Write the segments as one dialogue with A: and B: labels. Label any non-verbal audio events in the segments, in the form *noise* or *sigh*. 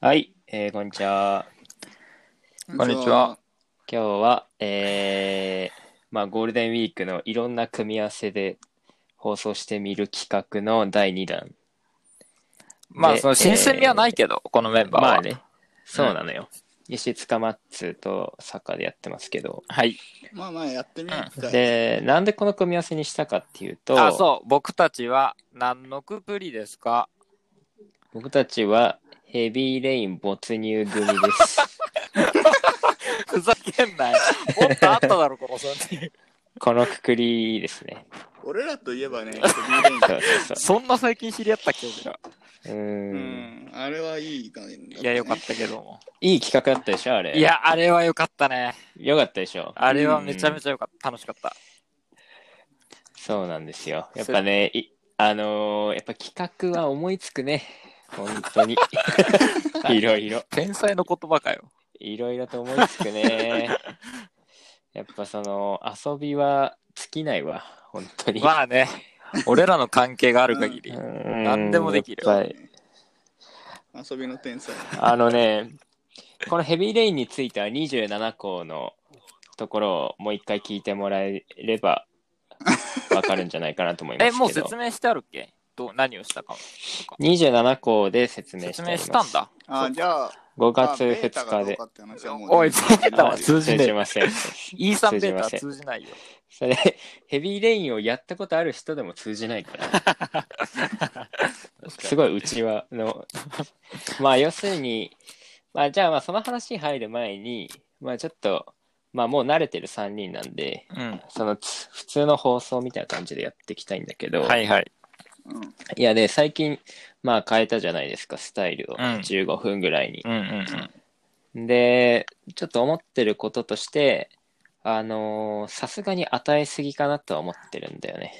A: はい、えー、こんにちは。
B: こんにちは。
A: 今日は、えーまあ、ゴールデンウィークのいろんな組み合わせで放送してみる企画の第2弾。
B: まあ、
A: で
B: その新鮮味はないけど、このメンバーは。
A: まあね、そうなのよ。西塚マッツとサッカーでやってますけど。
B: はい。
C: まあまあやってみよう一回
A: で、なんでこの組み合わせにしたかっていうと、
B: あ、そう。僕たちは何のくくりですか *laughs*
A: 僕たちはヘビーレイン没入組です。
B: *laughs* ふざけんなよ。もっとあっただろ、この3人。
A: このくくりですね。
C: 俺らといえばね、ヘビーレイン
A: そうそうそ
B: *laughs* そんな最近知り合ったっけ俺ら
A: う。うー。
C: うんん、あれはいい感じ、
B: いや、よかったけども。
A: いい企画だったでしょ、あれ。
B: い。や、あれはよかったね。
A: よかったでしょ。
B: あれはめちゃめちゃよかった。楽しかった。
A: そうなんですよ。やっぱね、いあのーやっぱ企画は思いつくね。本当
B: *laughs*
A: に。いろいろ。
B: 天才の言葉かよ。
A: いろいろと思いつくね。
B: *laughs*
A: やっぱその、遊びは尽きないわ。本当に。
B: まあね、 *laughs* 俺らの関係がある限り。
A: 何
B: 何でもできる
C: ね。遊びの天才。
A: あのね、このヘビーレインについては27項のところをもう一回聞いてもらえればわかるんじゃないかなと思います
B: *laughs* え、
A: けど。
B: もう説明してあるっけどう何をしたかも。
A: 27項で説明して
B: 説
A: おりま
B: 明
A: す
B: したんだ。
C: あ、じゃあ、
A: 5
C: まあ
A: 月2日で。。
B: おい、ベータは通じ
A: 通
B: ね
A: じ
B: え。
A: ません。
B: イーサンベータは
A: 通
B: 通じないよ。
A: *laughs* それ、ヘビーレインをやったことある人でも通じない *laughs* から。す
B: い。
A: ごい、うちはの。 *laughs* まあ、要するに、まあ、じゃあ、まあ、その話に入る前に、まあ、ちょっと、まあ、もう慣れてる3人なんで、
B: うん。
A: その、つ普通の放送みたいな感じでやっていきたいんだけど、
B: はいはい。
A: いやね、最近、まあ、変えたじゃないですか、スタイルを。
B: うん
A: 15分ぐらいに。
B: うんうんうん。
A: で、ちょっと思ってることとして、あのーさすがに与えすぎかなとは思ってるんだよね。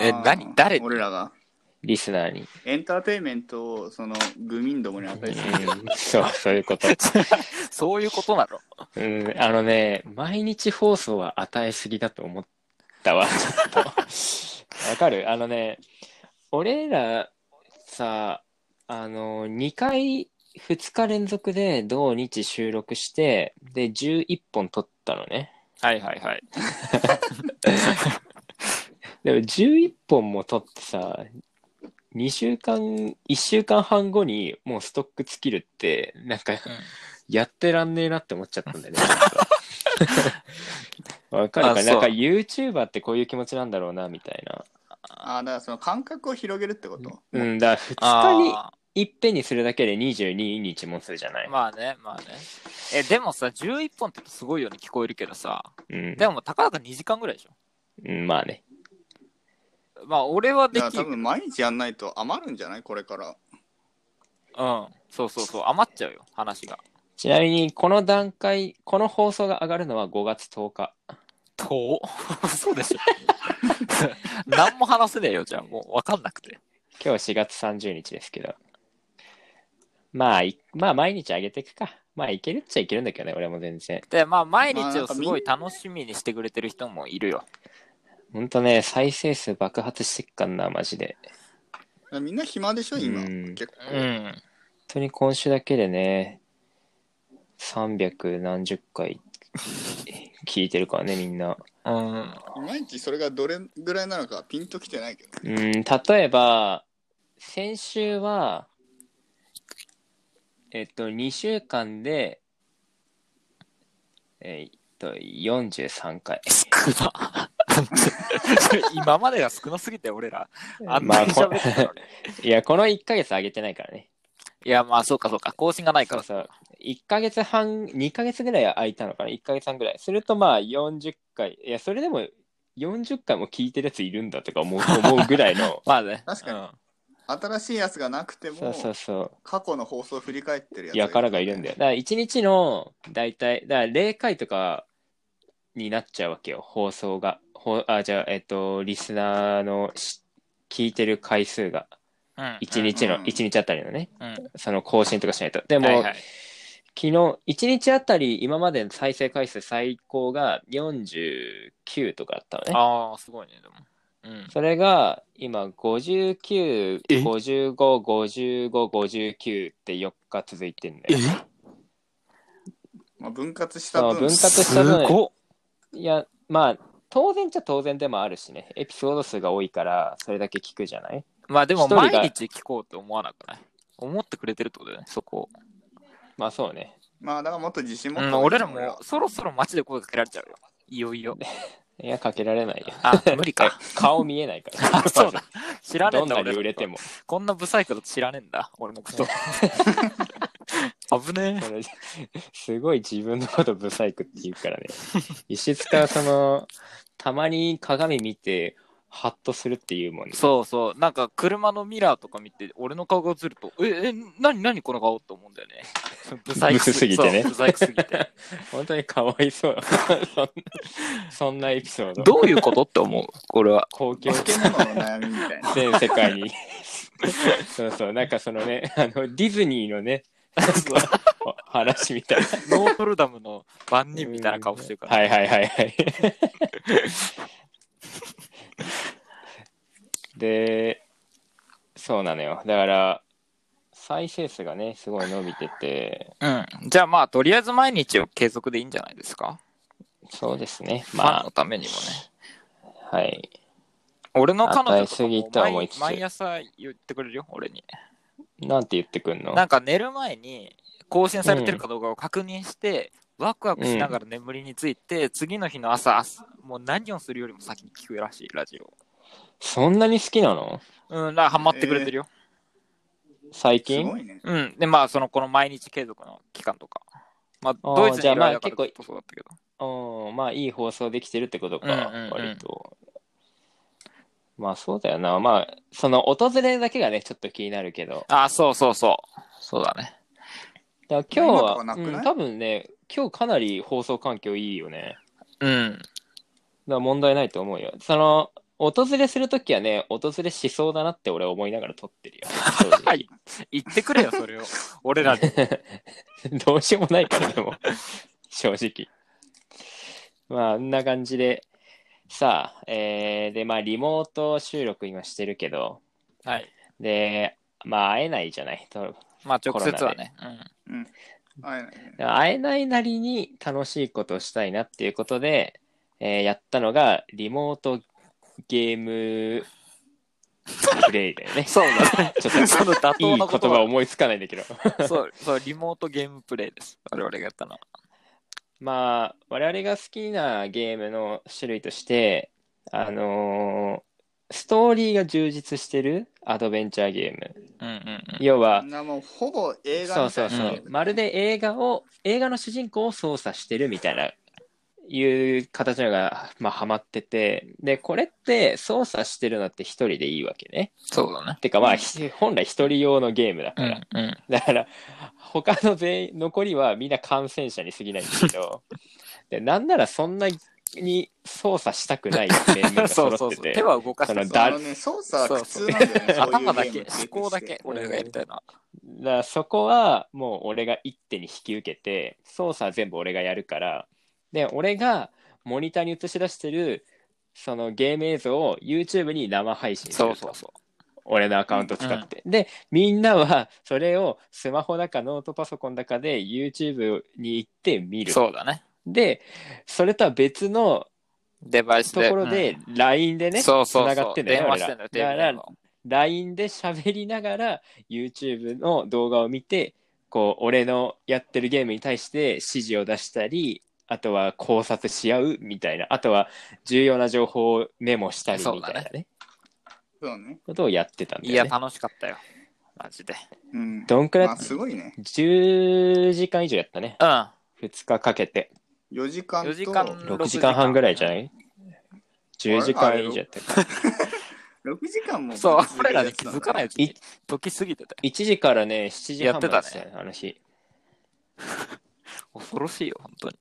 B: え、何誰
C: 俺らが。
A: リスナーに。
C: エンターテインメントを、その、愚民どもに与えてる。
A: そう、そういうこと。
B: そういうことなの
A: うん、あのね、毎日放送は与えすぎだと思ったわ、ちょっと。わかるあのね、俺らさ、あの、2回、2日連続で同日収録して、で、11本撮ったのね。
B: はいはいはい。
A: でも11本も撮ってさ、2週間、1週間半後にもうストック尽きるって、なんか、やってらんねえなって思っちゃったんだ
B: *laughs*
A: よね。わかる
B: あ
A: か
B: そう
A: なんか YouTuber ってこういう気持ちなんだろうな、みたいな。
C: あ、だからその感覚を広げるってこと。
A: うん、だから2日
B: あ
A: にいっぺんにするだけで22日もするじゃない。
B: ーまあね、まあね。え、でもさ、11本ってすごいように聞こえるけどさ、
A: うん、
B: でもたかだか2時間ぐらいでし
A: うんまあね。
B: ょ。まあ、俺はで
C: だから
B: き
C: 多
B: る。
C: 分毎日やんないと余るんじゃないこれから。
B: うん。そうそうそう、余っちゃうよ、話が。
A: ちなみに、この段階、この放送が上がるのは5月10日。
B: とそうでしょ。 *laughs* 何も話せねえよ、じゃあ、もう分かんなくて。
A: 今日4月30日ですけど。まあ、いまあ、毎日上げていくか。まあ、いけるっちゃいけるんだけどね、俺も全然。
B: で、まあ、毎日をすごい楽しみにしてくれてる人もいるよ。
A: ほんとね、再生数爆発してっかんな、マジで。
C: みんな暇でしょ、今。
A: うん
C: 結構。
B: うん。
A: 本当に今週だけでね、300何十回聞いてるからね、みんな。
B: うん。
C: 毎日それがどれぐらいなのかピンときてないけど。
A: うん、例えば、先週は、えっと、2週間で、えっと、43回。
B: 少 *laughs* な。今までが少なすぎて、俺ら。あん
A: ま
B: な
A: あ
B: に
A: こ
B: 喋ってたのに。
A: いや、この1ヶ月上げてないからね。
B: いや、まあ、そうかそうか。更新がないか
A: そう
B: ら。
A: そう。1ヶ月半、2ヶ月ぐらい空いたのかな ?1 ヶ月半ぐらい。するとまあ40回。いや、それでも40回も聞いてるやついるんだとか思う思うぐらいの。
B: まあね。
C: 確かに
B: うん
C: 新しいやつがなくても、
A: そうそうそ
C: 過去の放送を振り返ってるや
A: う。
C: つ
A: やからがいるんだよ。だから1日の大体、だから0回とかになっちゃうわけよ。放送が。ほあ、じゃあ、えっと、リスナーのし聞いてる回数が。
B: うん
A: 1日の、
C: うん
A: 一日あたりのね。
B: うん
A: その更新とかしないと。でも、
B: はいはい
A: 昨日、1日あたり今までの再生回数最高が49とかだったのね。
B: ああ、すごいね、でも。うん。
A: それが今59、
B: え
A: 55、55、59って4日続いてんだよ。
C: まあ、分割した
A: そう
C: 分
A: 分割し
B: す
A: た分、
B: ごっ
A: いや、まあ、当然っちゃ当然でもあるしね。エピソード数が多いから、それだけ聞くじゃない
B: まあで
A: 一
B: も
A: 人が
B: 毎日聞こうって思わなくない思ってくれてるってことだよね、そこ。
A: まあそうね。
C: まあだからもっと自信持
B: う
C: って、
B: ん、俺らもそろそろ街で声かけられちゃうよ。いよいよ。
A: いや、かけられないよ。
B: *laughs* あ、無理か。
A: 顔見えない
B: *laughs*
A: から。
B: そうだ。知らねえ
A: ど
B: ん
A: ん
B: だ、
A: なに
B: 俺のこと
A: 売れても。
B: こんな不細工だと知らねえんだ、俺のこと。 *laughs* 危 *laughs* ねえ。
A: これすごい自分のことブサイクって言うからね。石塚はその、たまに鏡見て、ハッとするっていうもんね。
B: そうそう、なんか車のミラーとか見て、俺の顔が映ると、え、え、なになにこの顔って思うんだよ *laughs* ね。不細工
A: ブスすぎてね
B: そう不細工すぎて。
A: 本当にかわいそう。そんそんなエピソード。
B: どういうことって思うこれは。
A: 公共
C: 漬物の悩みみたいな
A: 全世界に。 *laughs* そうそう、なんかそのね、あの、ディズニーのね、話みたいな。
B: ノートルダムの番人みたいな顔してるから。
A: はいはいはいはい。で、そうなのよ。だから、再生数がね、すごい伸びてて、
B: うん。じゃあまあ、とりあえず毎日を継続でいいんじゃないですか
A: そうですね。
B: まあ、
A: ま
B: のためにもね。
A: あ、はい。
B: 俺の彼女
A: 与え
B: とか
A: すぎ
B: も
A: とは思い
B: 毎
A: つつ
B: 毎朝言ってくれるよ、俺に。
A: なんて言ってくんの
B: なんか寝る前に更新されてるかどうかを確認して、ワクワクしながら眠りについて、次の日の朝、朝もう何をするよりも先に聞くらしい、ラジオ。
A: そんなに好きなの
B: うん、だからハマってくれてるよ。
A: 最
C: す
A: 近
C: ごいね
B: うん、で、まあ、その、この毎日継続の期間とか。まあ、
A: あー
B: ドイツにい
A: じゃあ
B: る
A: まあ
B: 間からずっとそうだったけど。
A: うん、まあいい放送できてるってことか、
B: うんうんうん
A: 割と。まあそうだよな。まあ、その訪れだけがね、ちょっと気になるけど。
B: あー、そうそうそう。そうだね。
A: だから今日
C: 今とかな
A: は、
C: くない
A: うん多分ね、今日かなり放送環境いいよね。
B: うん。
A: だから問題ないと思うよ。その、訪れするときはね、訪れしそうだなって俺は思いながら撮ってるよ。正直
B: はい。言っ
A: *laughs*
B: てくれよ、それを。俺らに。
A: どうしようもないから、でも。正直。まあ、あんな感じで。さあ、えーで、まあ、リモート収録今してるけど、
B: はい。
A: で、まあ、会えないじゃない。と
B: まあ、直接はね。
C: あいないね
A: 会えないなりに楽しいことをしたいなっていうことで、えーやったのが、リモートゲームプレイだよね
B: うん。。 *laughs* そうだね。
A: ちょっ
B: その妥
A: と、い
B: 当
A: い言
B: なこと
A: 葉思いつかないんだけど。 *laughs*
B: *laughs* そう、そう、リモートゲームプレイです。我々がやったのは。
A: まあ、我々が好きなゲームの種類として、あのーストーリーが充実してるアドベンチャーゲーム。
B: うんうんうん。
A: 要は、
C: なもうほぼ映画
A: そうそう
C: みたいな
A: そう、
B: うん
A: まるで映画を、映画の主人公を操作してるみたいな、いう形のが、まあ、ハマってて、で、これって操作してるのって一人でいいわけね。
B: そうだね。
A: てか、まあ、ひ本来一人用のゲームだ
B: う
A: から。
B: んうん。
A: だから、他の全員、残りはみんな感染者に過ぎないんだけ
B: *laughs*
A: ど、でなんならそんなに操作したくない面々が
B: *laughs* そ
A: 揃
B: うそう
A: っ
B: そう。
A: て
B: 手
A: て、
B: は動かし
A: そ
B: て
A: の
B: そう
A: だ
C: あのね操作は苦痛なんだよねそういう
B: 頭だ
C: ゲーム
B: け
C: って、
B: 思考だけ、俺がやりたいのは。
A: だからそこはもう俺が一手に引き受けて、操作は全部俺がやるから、で、俺がモニターに映し出してる、そのゲーム映像を YouTube に生配信する
B: そ
A: と
B: うそうそ
A: 俺のアカウント使って。で、みんなはそれをスマホだかノートパソコンだかで YouTube に行って見
B: う。
A: る。
B: そうだね。
A: で、それとは別の
B: デバイス
A: と
B: で。
A: ころで、LINE で
B: うん、
A: ね、
B: そうそうそう。
A: 繋がってんだよ
B: 電
A: ね、
B: 話
A: 俺
B: してん
A: ら。
B: だ
A: だ
B: よ、
A: か
B: テレビ
A: ら
B: の、
A: LINE で喋りながら、YouTube の動画を見て、こう、俺のやってるゲームに対して指示を出したり、あとは考察し合うみたいな、あとは重要な情報をメモしたりみたい
B: そう
A: な
B: だ
A: ね、
C: そうね
A: ことをやってたんだ
B: い
A: よ
B: や、
A: ね。
B: 楽しかったよ。マジで。
C: うん
A: どんくらい
C: まあすごいね
A: 10時間以上やったね。
B: うん。4
A: 2日かけて。
C: 4時間と
B: 時間。
A: 6時間半ぐらいじゃない ?10 時間以上やったか。
C: 6時間も
B: そう、俺らに気づかないうちに
A: い、
B: 時過ぎてて。
A: 1時からね、7時半まで
B: やってたね
A: よあの日。
B: 恐ろしいよ、本当に。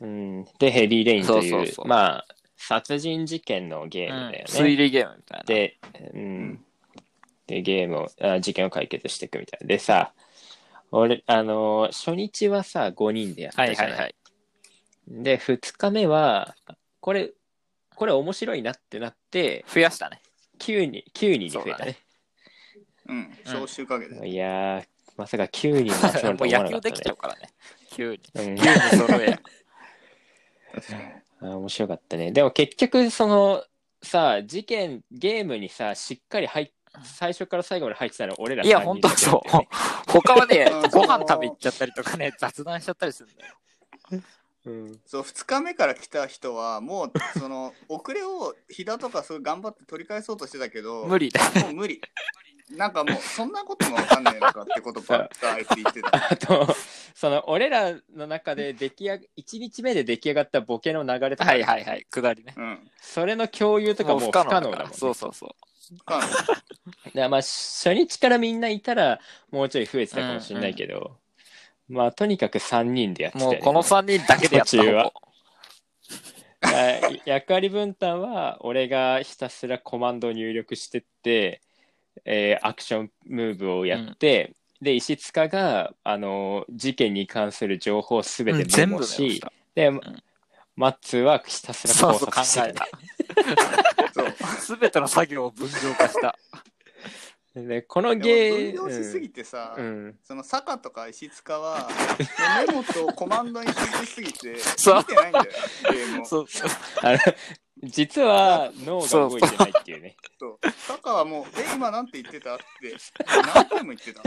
A: うん、で、ヘビーレインという、
B: そうそうそう
A: まあ、殺人事件のゲームだよね。
B: 推理ゲームみたいな。
A: で、うん、で、ゲームをあ、事件を解決していくみたいな。でさ、俺、あのー初日はさ、5人でやった
B: は
A: じゃ
B: い
A: な。
B: はいいはい。
A: で、2日目は、これ、これ面白いなってなって、
B: 増やしたね。
A: 9人、9人に増えたね。
C: うん、招集かけて。
A: いやー、まさか9人に集まる
B: *laughs* も
A: と
B: う
A: は思わ
B: 野
A: なか
B: 球
A: っ
B: できちゃ
A: た
B: うからね。急に。
A: ね。うん
B: 急に揃えや。
C: 確かに。
A: あー面白かったね。でも結局、その、さ、事件、ゲームにさ、しっかり入っ最初から最後まで入ってたの俺ら
B: いや、
A: 三人
B: 本当
A: だけだ
B: そ
A: ったよね
B: う。他はね
C: うん、
B: ご飯食べ行っちゃったりとかね、雑談しちゃったりするんだよ。
A: うん
C: そう2日目から来た人はもうその *laughs* 遅れを飛騨とかそういう頑張って取り返そうとしてたけど
B: 無理だ。
C: もう無理なんかもうそんなこともわかんねえのかってことばっかあいつ言ってた
A: あと、その、俺らの中で出来上が、1日目で出来上がったボケの流れとか、
B: はいはいはい、下りね。
C: うん
A: それの共有とかもう不
B: だ
A: 可
B: から
A: 能だもんね。
B: そうそうそう。
C: まあ
A: だからまあ、初日からみんないたら、もうちょい増えてたかもしれないけど、まあ、とにかく3人でやってたよ
B: もう
A: ね
B: この3人だけでやった
A: 途中は
B: 方
A: *laughs* はい役割分担は俺がひたすらコマンドを入力してって、えーアクションムーブをやって、で石塚が、あのー事件に関する情報を全
B: うん
A: て
B: 全
A: メモ
B: 部だ
A: し、
B: し
A: で、
B: ん
A: マッツーはひたすら
B: そう
A: 考
B: そう、考
A: 察して
B: えた。 *laughs*
C: そう
B: すべての作業を分業化した。
A: たでこのゲ
C: で
A: ー
C: も分業しすぎ
A: ム、
C: てさ、
A: うん、
C: その坂とか石塚
B: *laughs*
C: はメモとコマンドに集中しすぎて
B: そう
C: 見てないんだよ
B: *laughs*
C: ゲームをそ
B: *laughs* そうそう。
A: あの実は脳が動いてないっていうね
C: う坂はもう「え今なんて言ってた?」って何回も言ってた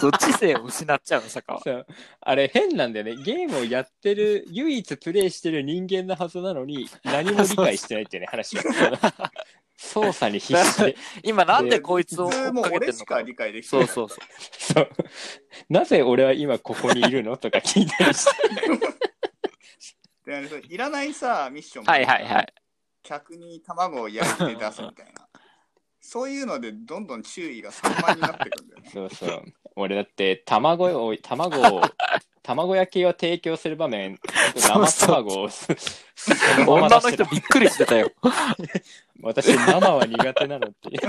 B: そう知性を失っちゃうの、坂は。
A: そうあれ変なんだよねゲームをやって *laughs* る唯一プレイしてる人間なはずなの *laughs* に何も理解してないっていうね話 *laughs* があの操作に必死 *laughs* で
B: 今なんでこいつを追っ
C: 普通もう
B: かけて
C: 俺
B: ん
C: し
B: の
C: か
B: か。
C: 理解できて
B: そ
C: ないう
B: そうそう。
A: そうなぜ俺は今ここにいるのとか聞いたりして
C: であれそういらないさミッションも
B: はいはいはい。
C: 客に卵を焼いて出すみたいな。そういうので、どんどん注意が散漫になってくん
A: *laughs*
C: だよね。
A: *laughs* そうそう俺だって卵を卵 *laughs* を卵焼きを提供する場面
B: そう
A: 生
B: そう
A: 卵 *laughs* をそのまま
B: 女
A: 出
B: の
A: して
B: 人
A: た
B: びっくりしてた *laughs* よ。
A: 私生は苦手なのっていう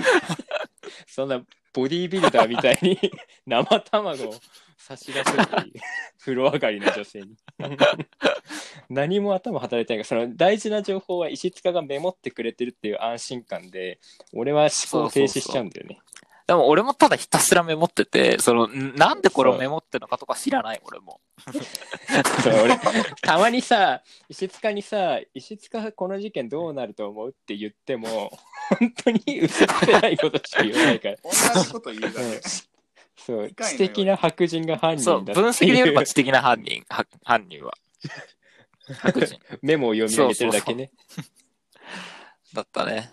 A: *laughs* そんなボディービルダーみたいに *laughs* 生卵を差し出すっていう風呂上がりの女性に *laughs* 何も頭働いてないからその大事な情報は石塚がメモってくれてるっていう安心感で俺は思考停止しちゃうんだよね
B: でも俺もただひたすらメモってて、その、んなんでこれをメモってんのかとか知らない、俺も。
A: そう俺たまにさ石塚にさ「石塚この事件どうなると思う?」って言っても本当に薄っぺらいことしか言わないから
C: 同じこと言うだけ。
A: *laughs* そう
C: 理解のように
A: 知的な白人が犯
B: そ
A: 人
B: う、
A: だ
B: 分
A: っていう
B: 析で言えば知的な犯人、は犯人 *laughs* は。白人
A: メモを読み上げてるだけね。
B: だったね。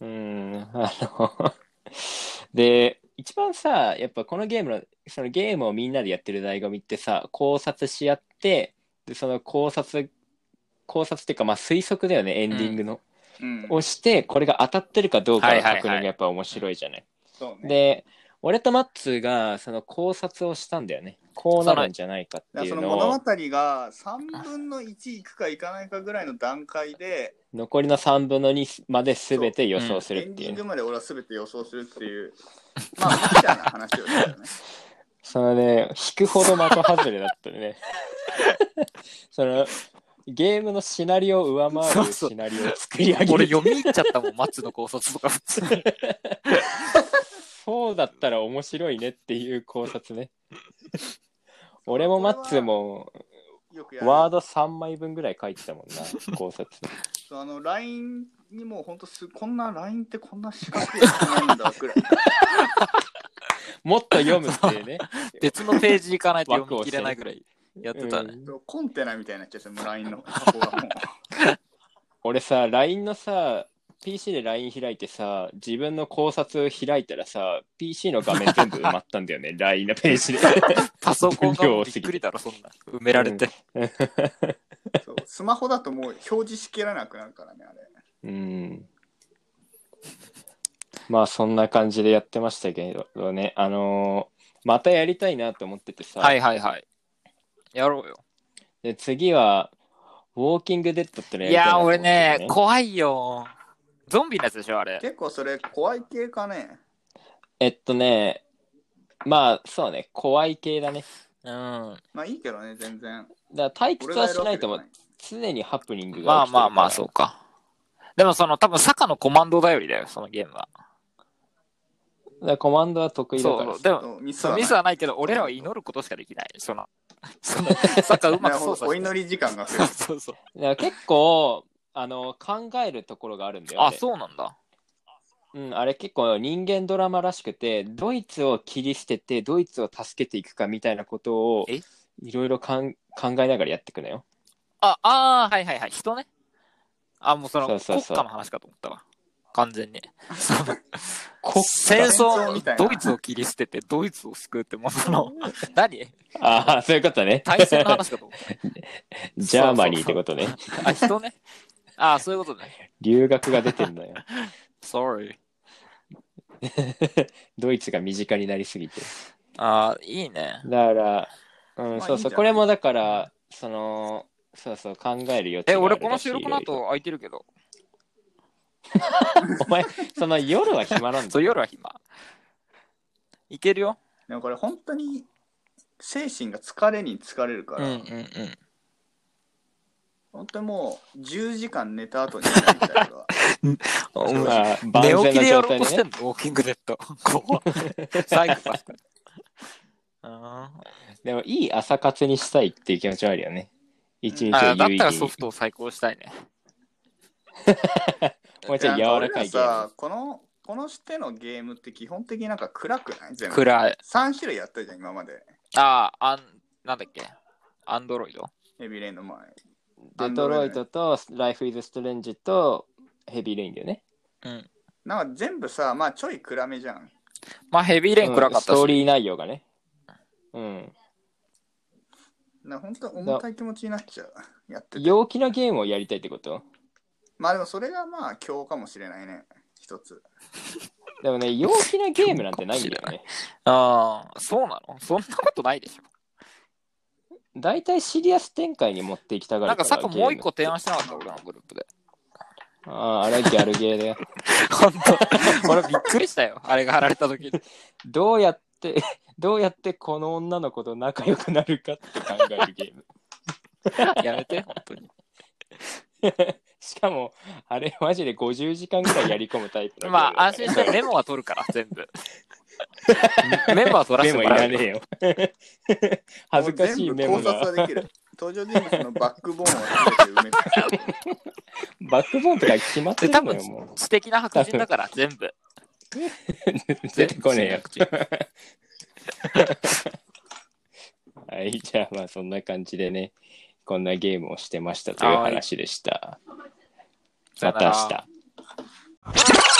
A: うーん、あの *laughs* で、一番さ、やっぱこのゲームの、そのゲームをみんなでやってる醍醐味ってさ、考察し合って、で、その考察、考察っていうか、まあ推測だよね、エンディングの。
C: うん。
A: をして、これが当たってるかどうか
B: は
A: の
B: いはいはい
A: 確認がやっぱ面白いじゃない。
C: そうね。
A: で、俺とマッツーが、その考察をしたんだよね。こうなるんじゃないかっ
C: だ
A: て
C: か
A: い
C: らそうの
A: の
C: 物
A: を
C: 語、が3分の1いくかいかないかぐらいの段階で、
A: 残りの3分の2まで全て予想する
C: エ
A: っ
C: ン
A: て
C: デ
A: いう
C: ィ
A: ね
C: ングまで俺は全て予想するっていう、まあ、みたいな話をしたよね。 *laughs*
A: そのね、引くほど的外れだったね。 *laughs* その、ゲームのシナリオを上回るシナリオを作り上げ
B: 俺
A: る。
B: 読み入っちゃったもん、松の考察とか普通に。
A: そうだったら面白いねっていう考察
C: *laughs*
A: ね。俺もマッツーも
C: よくやる。
A: ワード3枚分ぐらい書いてたもんな、考察。
C: そうあの、LINE にも本当す、こんな LINE ってこんな四角いやつなんだくらい。
A: もっと読むっていうね。
B: 別のページ行かないと読み切れないぐらい *laughs* やってた
A: う
B: ね。
A: ん
C: コンテナみたいになっちゃって、もう LINE の箱がもう。
A: 俺さ、LINE のさ、PC で LINE 開いてさ、自分の考察を開いたらさ、PC の画面全部埋まったんだよ
B: *laughs*
A: ね、LINE のページで。
B: パソコンがもうびっくりだろ、そんな。埋められて。
C: そうスマホだともう表示しきらなくなるからね、あれ。
A: うん。まあそんな感じでやってましたけどね、あのーまたやりたいなと思っててさ、
B: はいはいはい。やろうよ。
A: で次は、ウォーキングデッドっての
B: いやー、
A: り
B: 俺
A: たなと
B: ね、
A: 思って
B: 怖いよ。ゾンビのやつでしょ、あれ。
C: 結構それ怖い系かね。
A: えっとね、まあそうね、怖い系だね。
B: うん。
C: まあいいけどね、全然。
A: だから退屈
C: 俺が
A: は
C: やる
A: し
C: わ
A: ない
C: けで
A: と
C: も
A: 思
C: な
A: う。常にハプニングが
B: まあ
A: 起きてるから
B: まあまあ、そうか。でもその多分坂のコマンド頼りだよ、そのゲームは。
A: だからコマンドは得意だから
B: そう、でも、
C: そうミス
B: そ
C: は
B: う
C: ない
B: ミスはないけど、俺らは祈ることしかできない。その、その、坂うま
C: なる
B: く
C: *laughs*
B: 操
C: ほど
B: 作
C: お
B: して。
C: 祈り時間が増え
B: そう
C: る
B: そうそう。
A: だから結構あの考えるところがあるんだよね
B: あ、そうなんだ。
A: うん、あれ結構人間ドラマらしくてドイツを切り捨ててドイツを助けていくかみたいなことを
B: え
A: いろいろかん考えながらやっていくのよ。
B: あ、あーはいはいはい。人ね。あ、もうその
A: そうそうそう
B: 国家の話かと思ったわ。完全に。その
A: *laughs* 国
B: 戦
C: 戦争みたい
B: 争、
C: な
B: ドイツを切り捨てて、ドイツを救うって、もうその、 *laughs* 何
A: ああそういうこと
B: *laughs*
A: ね。
B: 体制の話かと思っ
A: ジャーマニーってことね。
B: た。あ、人ね。あ、そういうことね。
A: 留学が出てんのよ。
B: sorry。
A: ドイツが身近になりすぎて。
B: あーいいね。
A: だから、うん
C: まあ
A: そう
C: いい
A: そ
C: んじゃ
A: う
C: ない
A: これもだからそのそうそう考える余地
B: え、
A: があ
B: 俺
A: る
B: この
A: らしい
B: 収録の後空いてるけど、
A: いろいろお前その夜は暇なんだ。
B: *laughs* そう夜は暇。いけるよ。
C: でもこれ本当に精神が疲れに疲れるか
B: うん
C: ら、
B: うんうん。
C: 本当にもう10時間寝た後にやりたいから
B: うん
A: まあ万全
B: 寝起き
A: な
B: でや
A: 状
B: ろう
A: 態で
B: として
A: ね
B: ん。の、ウォーキングデッ
A: *laughs*
B: ド。こう、サイコパスか。あ
A: でもいい朝活にしたいっていう気持ちはあるよね。一日
B: ーあ
A: を
B: ー、だっ
A: 有意
B: たら
A: 義
B: ソ
A: に。
B: フトを最高したいね。
A: もう *laughs* ちょい柔らかい
C: で
A: ゲ
C: なん
A: ー
C: 俺らさこのこの手のゲームって基本的になんか暗くない全部
B: 暗い。
C: 3種類やったじゃん今まで
B: ああ、あん、なんだっけアンドロイド
C: ヘビーレインの前
A: ム。デトロイトとライフ・イズ・ストレンジとヘビーレインだよね。
B: うん。
C: なんか全部さまあちょい暗めじゃん
B: まあ、ヘビーレイン暗
A: う
B: かった
A: んス
B: し、
A: トーリー内容がね。うん。
C: なんか本当に重たい気持ちになっちゃうやってて
A: 陽気なゲームをやりたいってこと
C: まあでもそれがまあ今日かもしれないね一つ
A: でもね、陽気なゲームなんてないんだよね。
B: ああ、そうなのそんなことないでしょ。
A: 大体シリアス展開に持っていきたがる
B: なんか、さっきもう一個
A: ゲー
B: 提
A: ム
B: 案してなかった、俺のグループで。
A: ああ、あれはギャルゲーだよ。
B: 本当俺びっくりしたよ。あれが貼られた時に。
A: どうやって、 *laughs* どうやってこの女の子と仲良くなるかって考えるゲーム。
B: やめて、本当に。
A: *laughs* しかも、あれマジで50時間ぐらいやり込むタイプのゲームだ
B: ま
A: から
B: あ、安心してメモは取るから、全
A: *laughs*
B: 部。メモは取らせ
A: メ
B: て
A: モ
B: も
A: いら
B: らう
A: ねえよ。 *laughs* 恥ずかしいメモ
C: もう全部考
A: が。
C: 察はできる登場人物のバックボーンを全て埋めて
A: バックボーンとか決まって
B: で、
A: た
B: 多
A: の
B: 分
A: よ、も、
B: 知的な白人だから、全
A: *laughs*
B: 部。
A: う。出てこねえよ。
B: 全部知的な白人
A: はい、じゃあまあそんな感じでね、こんなゲームをしてましたという話でした。
B: さ
A: ま
B: よな
A: た
B: ら
A: 明日。